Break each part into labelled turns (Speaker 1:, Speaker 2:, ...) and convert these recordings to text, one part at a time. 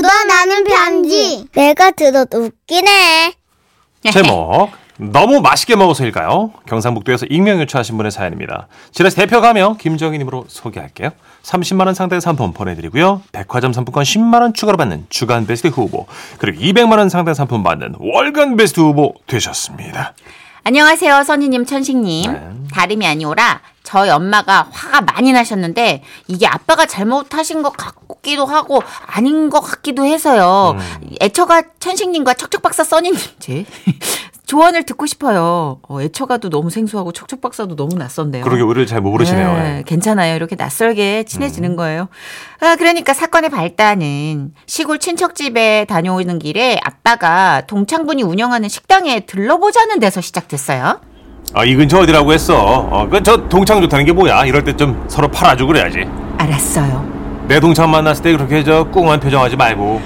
Speaker 1: 사랑하는 편지. 내가 들어도 웃기네.
Speaker 2: 제목 너무 맛있게 먹어서일까요? 경상북도에서 익명 요청하신 분의 사연입니다. 지라시 대표 가명 김정희님으로 소개할게요. 30만 원 상당의 상품 보내드리고요. 백화점 상품권 10만 원 추가로 받는 주간 베스트 후보 그리고 200만 원 상당 상품 받는 월간 베스트 후보 되셨습니다.
Speaker 3: 안녕하세요, 선희님, 천식님. 다름이 아니오라 저희 엄마가 화가 많이 나셨는데 이게 아빠가 잘못하신 것 같기도 하고 아닌 것 같기도 해서요.
Speaker 2: 음.
Speaker 3: 애처가 천식님과 척척박사 써니님 제 조언을 듣고 싶어요. 어, 애처가도 너무 생소하고 척척박사도 너무 낯선데요.
Speaker 2: 그러게 우리를 잘 모르시네요. 음.
Speaker 3: 네, 괜찮아요. 이렇게 낯설게 친해지는 거예요. 아, 그러니까 사건의 발단은 시골 친척집에 다녀오는 길에 아빠가 동창분이 운영하는 식당에 들러보자는 데서 시작됐어요.
Speaker 2: 아, 이 근처 어디라고 했어? 어, 그저 동창 좋다는 게 뭐야? 이럴 때 좀 서로 팔아주고 그래야지.
Speaker 3: 알았어요.
Speaker 2: 내 동창 만났을 때 그렇게 저 꿍한 표정하지 말고.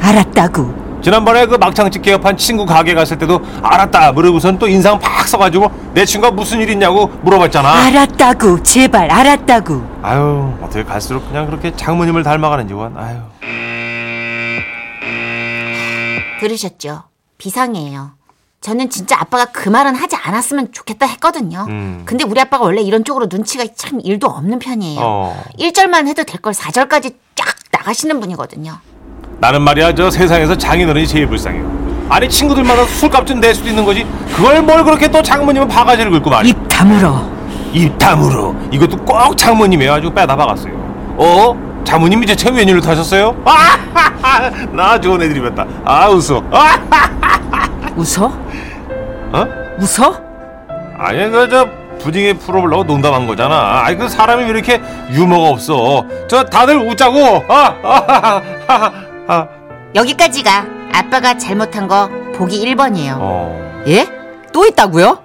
Speaker 3: 알았다고.
Speaker 2: 지난번에 그 막창집 개업한 친구 가게 갔을 때도 알았다 물어고선 또 인상 팍 써가지고 내 친구가 무슨 일 있냐고 물어봤잖아.
Speaker 3: 알았다고. 제발 알았다고.
Speaker 2: 아유 어떻게 갈수록 그냥 그렇게 장모님을 닮아가는지 원. 아유.
Speaker 3: 들으셨죠? 비상이에요. 저는 진짜 아빠가 그 말은 하지 않았으면 좋겠다 했거든요.
Speaker 2: 음.
Speaker 3: 근데 우리 아빠가 원래 이런 쪽으로 눈치가 참 일도 없는 편이에요.
Speaker 2: 어.
Speaker 3: 1절만 해도 될 걸 4절까지 쫙 나가시는 분이거든요.
Speaker 2: 나는 말이야 저 세상에서 장인어른이 제일 불쌍해요. 아니 친구들마다 술값 좀 낼 수도 있는 거지. 그걸 뭘 그렇게 또 장모님은 바가지를 긁고 말이야.
Speaker 4: 입 다물어.
Speaker 2: 입담으로 이것도 꼭 장모님이에요 아주 빼다 박았어요 어? 장모님이 제 최후 연인을 타셨어요? 아나 좋은 애들이 었다아 웃어 아
Speaker 4: 웃어?
Speaker 2: 어?
Speaker 4: 웃어?
Speaker 2: 아니 그저 부딩의 프로블라고 농담한 거잖아 아니 그 사람이 왜 이렇게 유머가 없어 저 다들 웃자고 아, 아, 아, 아, 아.
Speaker 3: 여기까지가 아빠가 잘못한 거 보기 1번이에요.
Speaker 2: 어.
Speaker 4: 예? 또 있다고요?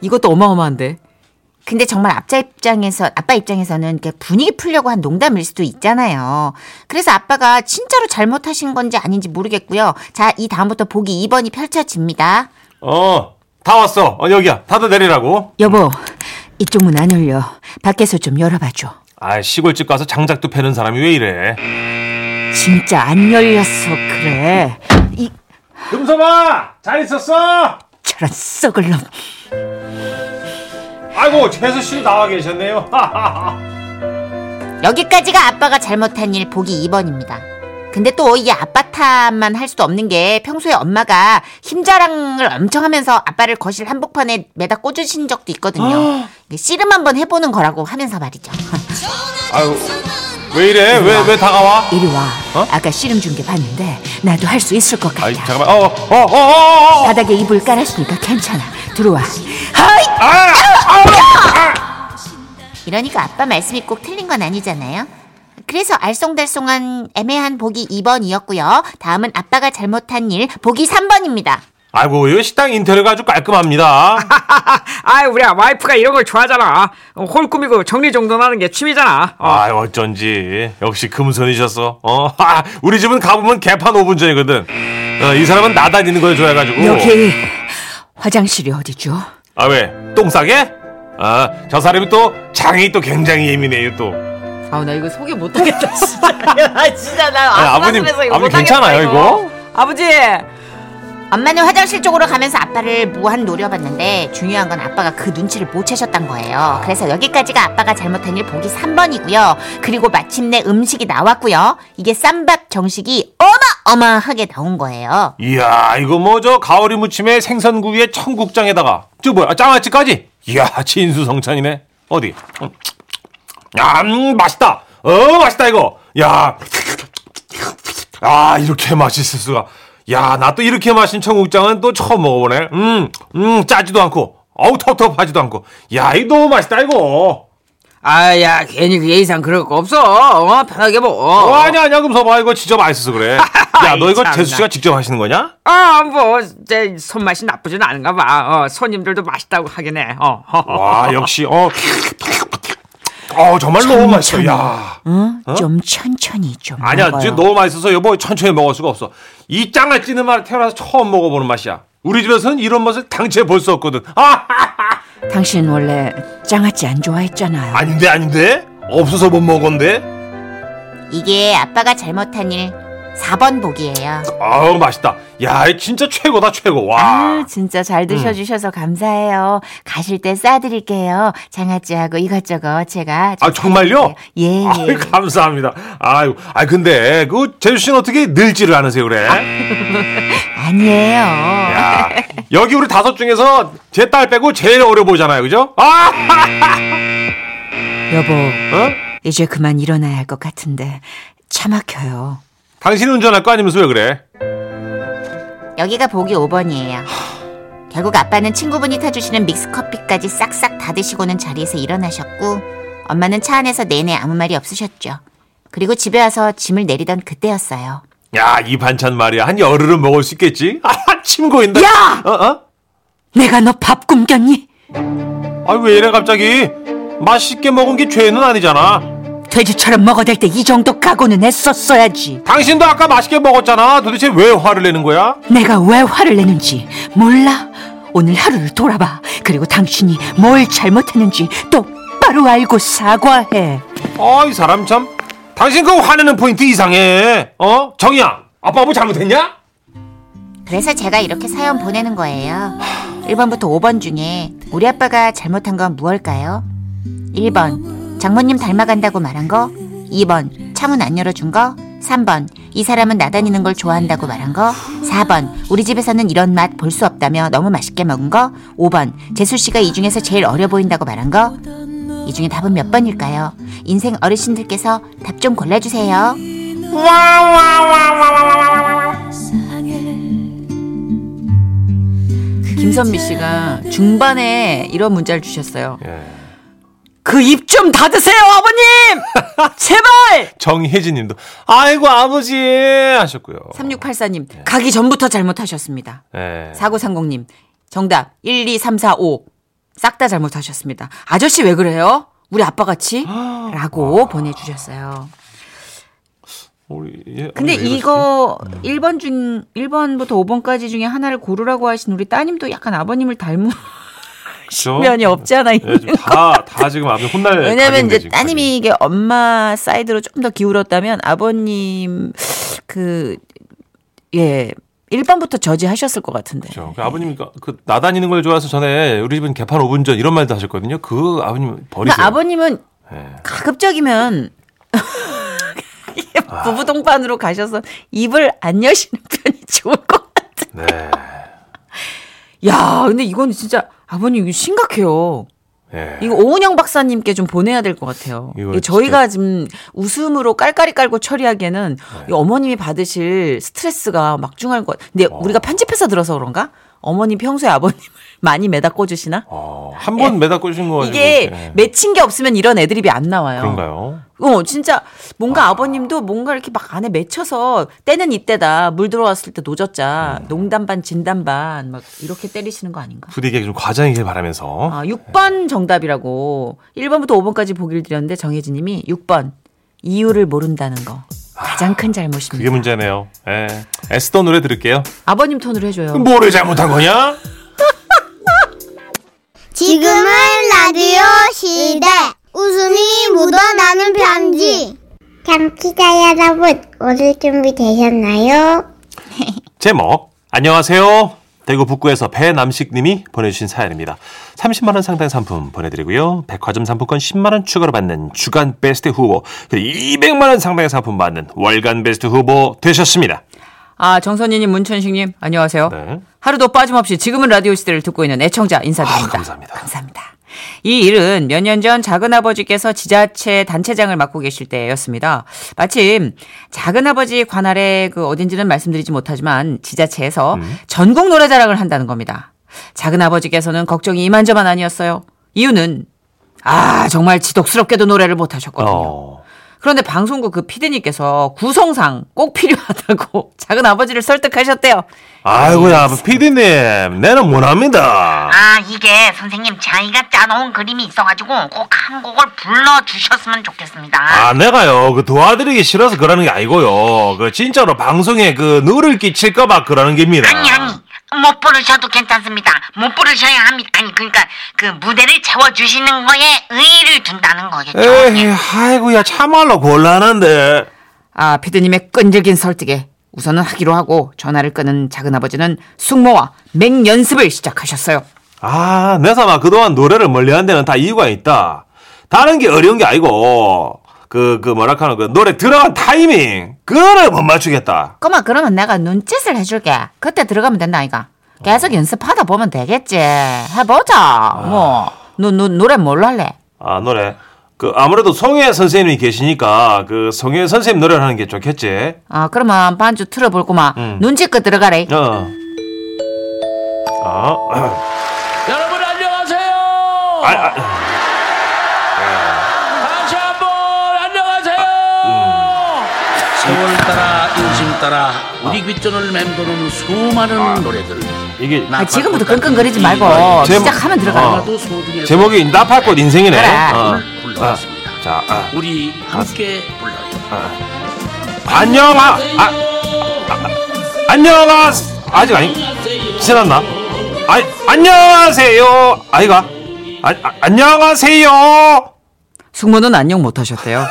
Speaker 4: 이것도 어마어마한데.
Speaker 3: 근데 정말 아빠 입장에서 아빠 입장에서는 이렇게 분위기 풀려고 한 농담일 수도 있잖아요. 그래서 아빠가 진짜로 잘못하신 건지 아닌지 모르겠고요. 자, 이 다음부터 보기 2번이 펼쳐집니다.
Speaker 2: 어, 다 왔어 어, 여기야 다들 내리라고
Speaker 4: 여보, 이쪽 문 안 열려. 밖에서 좀 열어봐줘.
Speaker 2: 아 시골집 가서 장작도 패는 사람이 왜 이래
Speaker 4: 진짜 안 열렸어, 그래. 이
Speaker 2: 금서봐 잘 있었어
Speaker 4: 저런 썩을 놈.
Speaker 2: 아이고 최수 씨 나와 계셨네요 아,
Speaker 3: 여기까지가 아빠가 잘못한 일 보기 2번입니다. 근데 또 이 아빠 탓만 할 수도 없는 게 평소에 엄마가 힘자랑을 엄청 하면서 아빠를 거실 한복판에 매다 꽂으신
Speaker 2: 아!
Speaker 3: 적도 있거든요. 이게 씨름 한번 해보는 거라고 하면서 말이죠.
Speaker 2: 아유, 왜 이래? 왜, 왜 다가와?
Speaker 4: 이리 와.
Speaker 2: 어?
Speaker 4: 아까 씨름 중계 봤는데 나도 할 수 있을 것 같다.
Speaker 2: 아이, 잠깐만. 어, 어, 어, 어, 어.
Speaker 4: 바닥에 이불 깔았으니까 괜찮아. 들어와.
Speaker 2: 아!
Speaker 3: 이러니까 아빠 말씀이 꼭 틀린 건 아니잖아요. 그래서 알쏭달쏭한 애매한 보기 2번이었고요. 다음은 아빠가 잘못한 일 보기 3번입니다.
Speaker 2: 아이고, 이 식당 인테리어가 아주 깔끔합니다.
Speaker 5: 아이 우리 와이프가 이런 걸 좋아하잖아. 어, 홀 꾸미고 정리정돈하는 게 취미잖아. 어.
Speaker 2: 아, 어쩐지. 역시 금손이셨어. 어, 하, 우리 집은 가보면 개판 5분 전이거든. 어, 이 사람은 나다니는 걸 좋아해가지고.
Speaker 4: 여기 화장실이 어디죠?
Speaker 2: 아, 왜? 똥 싸게? 아, 저 사람이 또 장이 또 굉장히 예민해요, 또.
Speaker 4: 아, 나 이거 소개 못하겠다.
Speaker 3: 아 진짜 나
Speaker 2: 아니, 아버님, 아버님 괜찮아요, 이거?
Speaker 4: 아버지.
Speaker 3: 엄마는 화장실 쪽으로 가면서 아빠를 무한 노려봤는데 중요한 건 아빠가 그 눈치를 못 채셨던 거예요.
Speaker 2: 아.
Speaker 3: 그래서 여기까지가 아빠가 잘못한 일 보기 3번이고요. 그리고 마침내 음식이 나왔고요. 이게 쌈밥 정식이 어마어마하게 나온 거예요.
Speaker 2: 이야, 이거 뭐 저 가오리 무침에 생선구이에 청국장에다가 저 뭐야, 장아찌까지. 이야, 진수성찬이네. 어디? 음, 야, 음, 맛있다. 어, 맛있다 이거. 야, 아 이렇게 맛있을 수가. 야, 나 또 이렇게 맛있는 청국장은 또 처음 먹어보네. 음, 음, 짜지도 않고, 어우 텁텁하지도 않고. 야, 이거 너무 맛있다 이거.
Speaker 5: 아야 괜히 그 예의상 그럴 거 없어. 어, 편하게 먹어.
Speaker 2: 어, 아니야, 아니야, 금서봐 이거 진짜 맛있어서 그래. 야, 너 이거
Speaker 5: 참나.
Speaker 2: 재수 씨가 직접 하시는 거냐?
Speaker 5: 아, 뭐제 손맛이 나쁘진 않은가 봐. 어, 손님들도 맛있다고 하긴 해. 어.
Speaker 2: 와, 역시 어. 어 정말 너무 맛있어. 야.
Speaker 4: 응? 좀 천천히 좀.
Speaker 2: 아니야,
Speaker 4: 먹어요.
Speaker 2: 지금 너무 맛있어서 여보 천천히 먹을 수가 없어. 이 짱을 찌는 맛을 태어나서 처음 먹어보는 맛이야. 우리 집에서는 이런 맛을 당최 볼 수 없거든. 아,
Speaker 4: 당신 원래 장아찌 안 좋아했잖아요.
Speaker 2: 안돼 안돼. 없어서 못 먹은데.
Speaker 3: 이게 아빠가 잘못한 일 4번 보기예요.
Speaker 2: 아우 맛있다. 야, 이 진짜 최고다 최고. 와.
Speaker 4: 아, 진짜 잘 드셔주셔서 감사해요. 가실 때 싸드릴게요. 장아찌하고 이것저것 제가. 좀
Speaker 2: 아 정말요?
Speaker 4: 사드릴게요. 예,
Speaker 2: 아이,
Speaker 4: 예.
Speaker 2: 감사합니다. 아유, 아 근데 그 재수 씨는 어떻게 늘지를 않으세요, 그래?
Speaker 4: 아니에요.
Speaker 2: 야, 여기 우리 다섯 중에서 제 딸 빼고 제일 어려 보이잖아요, 그죠? 아,
Speaker 4: 여보,
Speaker 2: 어?
Speaker 4: 이제 그만 일어나야 할 것 같은데. 차 막혀요.
Speaker 2: 당신이 운전할 거 아니면서 왜 그래?
Speaker 3: 여기가 보기 5번이에요. 결국 아빠는 친구분이 타주시는 믹스커피까지 싹싹 다 드시고는 자리에서 일어나셨고 엄마는 차 안에서 내내 아무 말이 없으셨죠. 그리고 집에 와서 짐을 내리던 그때였어요.
Speaker 2: 야, 이 반찬 말이야 한 열흘은 먹을 수 있겠지? 아, 침 고인다.
Speaker 4: 야!
Speaker 2: 어, 어?
Speaker 4: 내가 너 밥 굶겼니?
Speaker 2: 아왜 이래 갑자기? 맛있게 먹은 게 죄는 아니잖아.
Speaker 4: 돼지처럼 먹어댈 때 이 정도 각오는 했었어야지.
Speaker 2: 당신도 아까 맛있게 먹었잖아. 도대체 왜 화를 내는 거야?
Speaker 4: 내가 왜 화를 내는지 몰라. 오늘 하루를 돌아봐. 그리고 당신이 뭘 잘못했는지 똑바로 알고 사과해.
Speaker 2: 아, 이 사람 참. 당신 그 화내는 포인트 이상해. 어? 정이야, 아빠 뭐 잘못했냐?
Speaker 3: 그래서 제가 이렇게 사연 보내는 거예요. 1번부터 5번 중에 우리 아빠가 잘못한 건 무엇일까요? 1번 장모님 닮아간다고 말한 거 2번 창문 안 열어준 거 3번 이 사람은 나다니는 걸 좋아한다고 말한 거 4번 우리 집에서는 이런 맛 볼 수 없다며 너무 맛있게 먹은 거 5번 재수 씨가 이 중에서 제일 어려 보인다고 말한 거 이 중에 답은 몇 번일까요? 인생 어르신들께서 답 좀 골라주세요.
Speaker 4: 김선미 씨가 아, 중반에 이런 문자를 주셨어요. 그 입 좀 닫으세요, 아버님! 제발!
Speaker 2: 정혜진님도 아이고 아버지 하셨고요.
Speaker 4: 3684님, 가기 전부터 잘못하셨습니다.
Speaker 2: 예.
Speaker 4: 4930님, 정답 1, 2, 3, 4, 5. 싹 다 잘못하셨습니다. 아저씨 왜 그래요? 우리 아빠 같이? 라고 보내주셨어요.
Speaker 2: 우리 얘,
Speaker 4: 근데
Speaker 2: 왜 이러시지? 음.
Speaker 4: 이거 1번 중, 1번부터 5번까지 중에 하나를 고르라고 하신 우리 따님도 약간 아버님을 닮은
Speaker 2: 그쵸?
Speaker 4: 면이 없지 않아 있는
Speaker 2: 예, 어? 지금 다, 다 지금 아주 혼날.
Speaker 4: 왜냐면
Speaker 2: 각인데,
Speaker 4: 이제
Speaker 2: 지금.
Speaker 4: 따님이 이게 엄마 사이드로 좀 더 기울었다면 아버님 그, 예, 1번부터 저지하셨을 것 같은데.
Speaker 2: 그쵸. 그 아버님이 그- 그 나다니는 걸 좋아해서 전에 우리 집은 개판 5분 전 이런 말도 하셨거든요. 그 아버님 버리세요.
Speaker 4: 그러니까 아버님은
Speaker 2: 예.
Speaker 4: 가급적이면
Speaker 2: 아.
Speaker 4: 부부 동반으로 가셔서 입을 안 여시는 편이 좋을 것 같아.
Speaker 2: 네.
Speaker 4: 야, 근데 이건 진짜 아버님 이거 심각해요.
Speaker 2: 예.
Speaker 4: 이거 오은영 박사님께 좀 보내야 될 것 같아요.
Speaker 2: 이거
Speaker 4: 이거 저희가 지금 웃음으로 깔깔이 깔고 처리하기에는
Speaker 2: 네.
Speaker 4: 이 어머님이 받으실 스트레스가 막중할 것. 근데
Speaker 2: 어.
Speaker 4: 우리가 편집해서 들어서 그런가? 어머님 평소에 아버님을 많이 매다 꽂으시나?
Speaker 2: 어, 한번 매다 꽂으신 거 가지고.
Speaker 4: 예. 이게
Speaker 2: 예.
Speaker 4: 맺힌 게 없으면 이런 애드립이 안 나와요.
Speaker 2: 그런가요?
Speaker 4: 어, 진짜 뭔가 아버님도 뭔가 이렇게 막 안에 맺혀서 때는 이때다. 물 들어왔을 때 노졌자.
Speaker 2: 음.
Speaker 4: 농담 반 진담 반막 이렇게 때리시는 거 아닌가?
Speaker 2: 부디게 좀 과장이길 바라면서.
Speaker 4: 아, 6번 정답이라고 1번부터 5번까지 보기를 드렸는데 정혜진 님이 6번 이유를 모른다는 거 가장 큰
Speaker 2: 아, 그게
Speaker 4: 잘못입니다.
Speaker 2: 문제네요. 예. 에스더 노래 들을게요.
Speaker 4: 아버님 톤으로 해줘요.
Speaker 2: 뭐를 잘못한 거냐?
Speaker 1: 지금은 라디오 시대. 웃음이 묻어나는 편지.
Speaker 6: 참치자 여러분, 오늘 준비 되셨나요?
Speaker 2: 제목 안녕하세요. 대구 북구에서 배남식님이 보내주신 사연입니다. 30만 원 상당 상품 보내드리고요. 백화점 상품권 10만 원 추가로 받는 주간 베스트 후보 그리고 200만 원 상당의 상품 받는 월간 베스트 후보 되셨습니다.
Speaker 4: 아, 정선희 님, 문천식 님, 안녕하세요.
Speaker 2: 네.
Speaker 4: 하루도 빠짐없이 지금은 라디오 시대를 듣고 있는 애청자 인사드립니다.
Speaker 2: 아, 감사합니다.
Speaker 4: 감사합니다. 이 일은 몇 년 전 작은아버지께서 지자체 단체장을 맡고 계실 때였습니다. 마침 작은아버지 관할에 그 어딘지는 말씀드리지 못하지만 지자체에서
Speaker 2: 음.
Speaker 4: 전국 노래자랑을 한다는 겁니다. 작은아버지께서는 걱정이 이만저만 아니었어요. 이유는 아, 정말 지독스럽게도 노래를 못하셨거든요.
Speaker 2: 어.
Speaker 4: 그런데 방송국 그 피디님께서 구성상 꼭 필요하다고 작은 아버지를 설득하셨대요.
Speaker 2: 아이고야, 피디님, 내는 못합니다.
Speaker 7: 아 이게 선생님 자기가 짜놓은 그림이 있어가지고 꼭 한 곡을 불러주셨으면 좋겠습니다
Speaker 2: 아, 내가요, 그 도와드리기 싫어서 그러는 게 아니고요. 그 진짜로 방송에 그 누를 끼칠까봐 그러는 겁니다.
Speaker 7: 아니 아니 못 부르셔도 괜찮습니다 못 부르셔야 합니다 아니 그러니까 그 무대를 채워주시는 거에 의의를 둔다는 거겠죠
Speaker 2: 에이, 아이고야, 참말로 곤란한데.
Speaker 4: 아, 피디님의 끈질긴 설득에 우선은 하기로 하고 전화를 끄는 작은아버지는 숙모와 맹연습을 시작하셨어요.
Speaker 2: 아, 내 삼아 그동안 노래를 멀리한 데는 다 이유가 있다. 다른 게 어려운 게 아니고 그, 그 뭐라 카노 그 노래 들어간 타이밍 그거를 못 맞추겠다.
Speaker 3: 그만 그러면 내가 눈짓을 해줄게. 그때 들어가면 된다 아이가.
Speaker 4: 어.
Speaker 3: 계속 연습하다 보면 되겠지. 해보자.
Speaker 4: 아.
Speaker 3: 뭐. 너, 너 노래 뭘로 할래?
Speaker 2: 아 노래 그 아무래도 송혜 선생님이 계시니까 그 송혜 선생님 노래를 하는 게 좋겠지.
Speaker 3: 아 그러면 반주 틀어볼구만.
Speaker 2: 음.
Speaker 3: 눈짓껏 들어가래.
Speaker 2: 어. 아,
Speaker 8: 여러분 안녕하세요.
Speaker 2: 아, 아,
Speaker 8: 네. 다시 한번 안녕하세요. 음. 세월 따라 인심 따라 우리 귓전을 맴도는 수많은 노래들.
Speaker 2: 아. 이게 어,
Speaker 8: 나 어,
Speaker 3: 아, 지금부터
Speaker 8: 바꿀까?
Speaker 3: 끙끙거리지 말고
Speaker 8: 이거야.
Speaker 2: 제목-
Speaker 3: 시작하면 들어가라.
Speaker 2: 어.
Speaker 8: 나도 음, 소중해서
Speaker 2: 제목이 나팔꽃 인생이네.
Speaker 3: 그래.
Speaker 2: 어.
Speaker 8: 불러왔습니다.
Speaker 2: 자, 아.
Speaker 8: 우리 함께 불러요.
Speaker 2: 안녕, 아, 아, 안녕하, 아직 아니, 지났나? 아, 안녕하세요, 아이가. 아, 아, 안녕하세요.
Speaker 4: 숙모는 안녕 못하셨대요.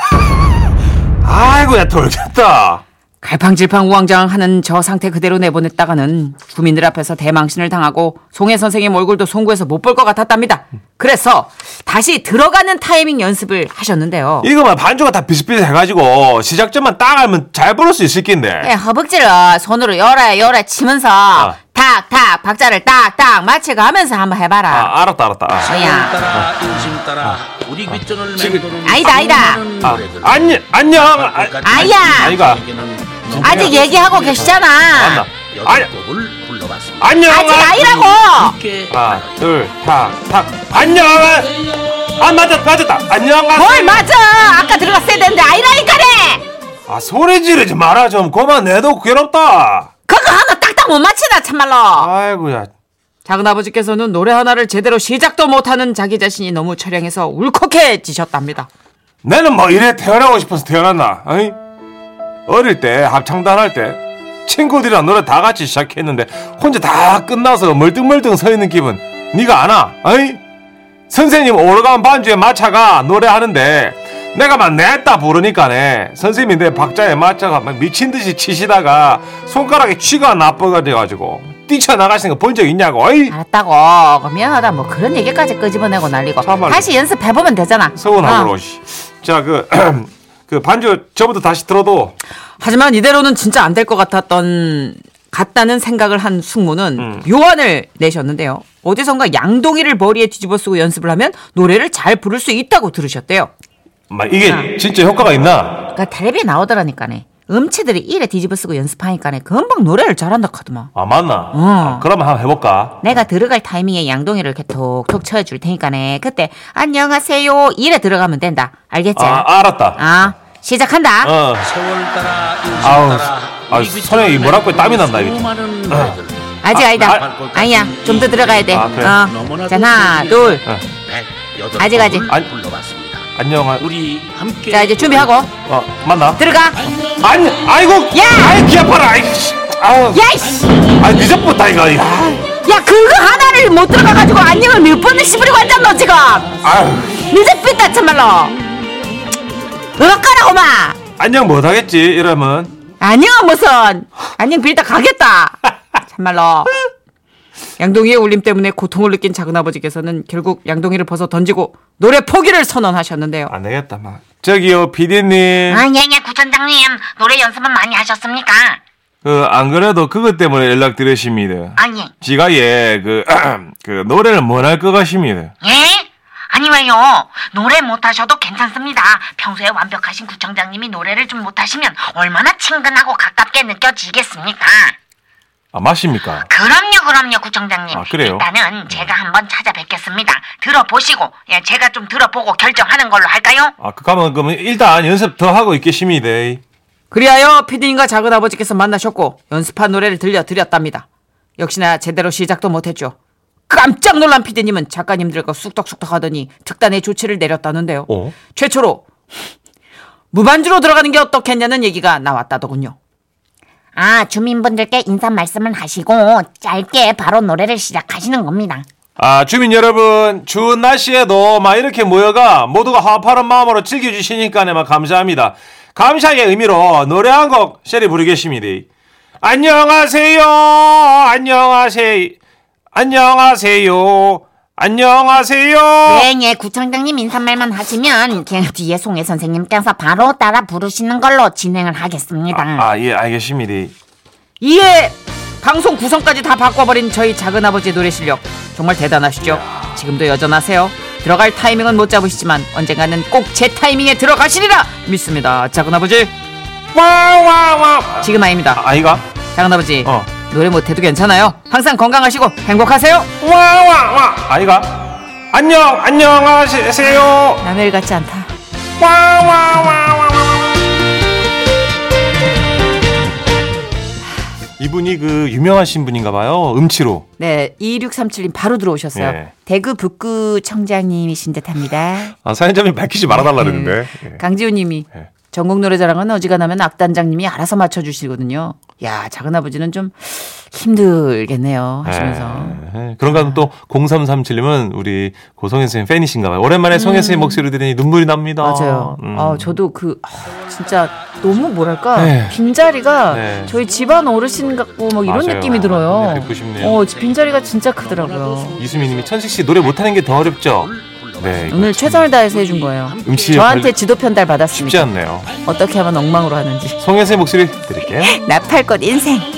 Speaker 2: 아이고야, 돌겠다.
Speaker 4: 갈팡질팡 우왕좌왕 하는 저 상태 그대로 내보냈다가는 주민들 앞에서 대망신을 당하고 송혜 선생님 얼굴도 송구해서 못 볼 것 같았답니다. 그래서 다시 들어가는 타이밍 연습을 하셨는데요.
Speaker 2: 이거만 뭐 반주가 다 비슷비슷해가지고 시작점만 딱 알면 잘 부를 수 있을
Speaker 3: 예, 아.
Speaker 2: 낀데.
Speaker 3: 허벅지를 손으로 열어 열어 치면서 탁탁 박자를 딱딱 맞춰가 하면서 한번 해봐라.
Speaker 2: 아, 알았다, 알았다. 아,
Speaker 8: 세월
Speaker 3: 뭐야?
Speaker 8: 따라 인심 따라 우리 귓전을 맴도는
Speaker 3: 아. 아니다, 아니다.
Speaker 8: 수많은
Speaker 2: 아,
Speaker 8: 노래들.
Speaker 2: 안녕, 안녕, 아,
Speaker 3: 아야!
Speaker 2: 아이가.
Speaker 3: 아, 직 얘기하고 계시잖아.
Speaker 2: 맞나? 아,
Speaker 8: 여덟 곡을 불러봤습니다.
Speaker 2: 안녕,
Speaker 3: 아직 아니라고.
Speaker 8: 함께
Speaker 2: 하나, 둘, 탁, 탁. 안녕, 아, 맞았다, 맞았다. 안녕하세요.
Speaker 3: 뭘 맞아? 아까 들어갔어야 되는데 아니라니까네.
Speaker 2: 아 소리 지르지 마라 좀 그만 내도 괴롭다
Speaker 3: 그거 하나 딱딱 못 맞히나 참말로.
Speaker 2: 아이고야
Speaker 4: 작은아버지께서는 노래 하나를 제대로 시작도 못하는 자기 자신이 너무 처량해서 울컥해지셨답니다.
Speaker 2: 나는 뭐 이래 태어나고 싶어서 태어났나 어이? 어릴 때 합창단 할 때 친구들이랑 노래 다 같이 시작했는데 혼자 다 끝나서 멀뚱멀뚱 서 있는 기분 네가 아나 어이? 선생님 오르간 반주에 맞춰가 노래하는데 내가 막 냈다 부르니까네 선생님이 내 박자에 맞춰가 막 미친 듯이 치시다가 손가락에 취가 나빠가지고 뛰쳐나가시는 거 본 적 있냐고 어이?
Speaker 3: 알았다고. 미안하다. 뭐 그런 얘기까지 끄집어내고 날리고.
Speaker 2: 참말로.
Speaker 3: 다시 연습해 보면 되잖아.
Speaker 2: 서운하고
Speaker 3: 어.
Speaker 2: 씨. 자, 그, 그 반주 저부터 다시 들어도
Speaker 4: 하지만 이대로는 진짜 안 될 것 같았던 같다는 생각을 한 숙모는 요안을 내셨는데요. 어디선가 양동이를 머리에 뒤집어 쓰고 연습을 하면 노래를 잘 부를 수 있다고 들으셨대요.
Speaker 2: 마, 이게
Speaker 3: 아.
Speaker 2: 진짜 효과가 있나?
Speaker 3: 그러니까 텔레비에 나오더라니까네. 음치들이 이래 뒤집어 쓰고 연습하니까네. 금방 노래를 잘한다 카더만.
Speaker 2: 아, 맞나?
Speaker 3: 음.
Speaker 2: 아, 그러면 한번 해볼까?
Speaker 3: 내가 들어갈 타이밍에 양동이를 이렇게 톡톡 쳐줄 테니까네. 그때 안녕하세요 이래 들어가면 된다. 알겠지?
Speaker 2: 아, 알았다.
Speaker 3: 아, 시작한다.
Speaker 2: 어.
Speaker 8: 세월 따라 인심
Speaker 2: 아우,
Speaker 8: 따라
Speaker 2: 아,
Speaker 8: 우리 귓전을
Speaker 2: 손에 이 뭐라고 땀이
Speaker 8: 맴도는
Speaker 2: 난다, 이게.
Speaker 8: 수많은 노래들.
Speaker 3: 아직
Speaker 2: 아,
Speaker 3: 아, 니다
Speaker 2: 아,
Speaker 3: 아, 니야 좀 더 들어가야 돼.
Speaker 2: 아, 그래.
Speaker 3: 어.
Speaker 8: 너무나도
Speaker 3: 자, 하나,
Speaker 8: 소중히
Speaker 3: 둘.
Speaker 8: 백, 여덟
Speaker 3: 아직, 아직.
Speaker 8: 곡을
Speaker 2: 아니.
Speaker 8: 불러봤습니다.
Speaker 2: 안녕, 아,
Speaker 8: 우리 함께
Speaker 3: 자, 이제 준비하고
Speaker 2: 어, 맞나?
Speaker 3: 들어가.
Speaker 2: 아니, 아이고,
Speaker 3: 네. 야!
Speaker 2: 아이, 귀 아파라, 아이씨. 아우,
Speaker 3: 야이씨,
Speaker 2: 아, 늦었다, 이거. 아,
Speaker 3: 야 그거 하나를 못 들어가가지고 안녕을 몇 번을 시부리고 앉았노 지금.
Speaker 2: 아유,
Speaker 3: 늦었다 참말로. 음악 가라고 마.
Speaker 2: 안녕 못하겠지, 이러면.
Speaker 3: 안녕 무슨 안녕 빌다 가겠다. 참말로.
Speaker 4: 양동이의 울림 때문에 고통을 느낀 작은아버지께서는 결국 양동이를 벗어 던지고 노래 포기를 선언하셨는데요.
Speaker 2: 안 되겠다, 막. 저기요, 피디님.
Speaker 7: 아, 예, 예, 구천장님. 노래 연습은 많이 하셨습니까?
Speaker 2: 그, 안 그래도 그것 때문에 연락드렸습니다.
Speaker 7: 아, 예.
Speaker 2: 지가 예, 그, 그 노래를 못할 것 같습니다.
Speaker 7: 예? 아니, 왜요? 노래 못하셔도 괜찮습니다. 평소에 완벽하신 구청장님이 노래를 좀 못하시면 얼마나 친근하고 가깝게 느껴지겠습니까?
Speaker 2: 아, 맞습니까?
Speaker 7: 그럼요, 그럼요, 구청장님.
Speaker 2: 아, 그래요?
Speaker 7: 일단은 제가 한번 찾아뵙겠습니다. 들어보시고, 예, 제가 좀 들어보고 결정하는 걸로 할까요?
Speaker 2: 아, 그, 가면, 그러면 일단 연습 더 하고 있겠습니다.
Speaker 4: 그리하여 피디님과 작은아버지께서 만나셨고 연습한 노래를 들려드렸답니다. 역시나 제대로 시작도 못했죠. 깜짝 놀란 피디님은 작가님들과 쑥덕쑥덕 하더니 특단의 조치를 내렸다는데요.
Speaker 2: 어?
Speaker 4: 최초로 무반주로 들어가는 게 어떻겠냐는 얘기가 나왔다더군요.
Speaker 7: 아, 주민분들께 인사 말씀을 하시고, 짧게 바로 노래를 시작하시는 겁니다.
Speaker 2: 아, 주민 여러분, 추운 날씨에도 막 이렇게 모여가 모두가 화파른 마음으로 즐겨주시니까네, 막 감사합니다. 감사의 의미로 노래 한 곡 쉐리 부르겠습니다. 안녕하세요. 안녕하세요. 안녕하세요. 안녕하세요.
Speaker 3: 네, 예, 구청장님 인사말만 하시면 그 뒤에 송혜 선생님께서 바로 따라 부르시는 걸로 진행을 하겠습니다.
Speaker 2: 아, 예, 알겠습니다.
Speaker 5: 이에 방송 구성까지 다 바꿔버린 저희 작은아버지의 노래 실력 정말 대단하시죠? 지금도 여전하세요. 들어갈 타이밍은 못 잡으시지만 언젠가는 꼭 제 타이밍에 들어가시리라 믿습니다. 작은아버지
Speaker 2: 와와와.
Speaker 5: 지금 아닙니다.
Speaker 2: 아, 아이가?
Speaker 5: 작은아버지
Speaker 2: 어.
Speaker 5: 노래 못해도 괜찮아요. 항상 건강하시고 행복하세요.
Speaker 2: 와와와. 아이가? 안녕 안녕하세요.
Speaker 5: 남의 일 같지 않다.
Speaker 2: 와와와와. 이분이 그 유명하신 분인가 봐요. 음치로.
Speaker 5: 네, 2637님 바로 들어오셨어요.
Speaker 2: 예.
Speaker 5: 대구 북구 청장님이신 듯합니다.
Speaker 2: 아, 사연자님 밝히지 말아달라
Speaker 5: 네.
Speaker 2: 그랬는데. 예.
Speaker 5: 강지우님이
Speaker 2: 예.
Speaker 5: 전국 노래자랑은 어지간하면 악단장님이 알아서 맞춰주시거든요. 야 작은 아버지는 좀 힘들겠네요 하시면서
Speaker 2: 예. 그런가 하면 또 0337님은 우리 고성현 선생님 팬이신가 봐요. 오랜만에 성현 선생님 목소리 들으니 눈물이 납니다.
Speaker 5: 음. 맞아요.
Speaker 2: 음.
Speaker 5: 아 저도 그 아, 진짜 너무 뭐랄까
Speaker 2: 네.
Speaker 5: 빈자리가
Speaker 2: 네.
Speaker 5: 아, 저희 집안 어르신 같고 막 이런
Speaker 2: 맞아요.
Speaker 5: 느낌이 들어요.
Speaker 2: 네, 뵙고 싶네요.
Speaker 5: 어 빈자리가 진짜 크더라고요.
Speaker 2: 이수미 님이 천식 씨 노래 못하는 게 더 어렵죠? 네. 이거
Speaker 5: 오늘 최선을 다해서 해준 거예요.
Speaker 2: 음치
Speaker 5: 저한테
Speaker 2: 별-
Speaker 5: 지도 편달
Speaker 2: 쉽지
Speaker 5: 받았습니다.
Speaker 2: 않네요.
Speaker 5: 어떻게 하면 엉망으로 하는지.
Speaker 2: 성현 선생님 목소리 드릴게요.
Speaker 5: 나팔꽃 인생.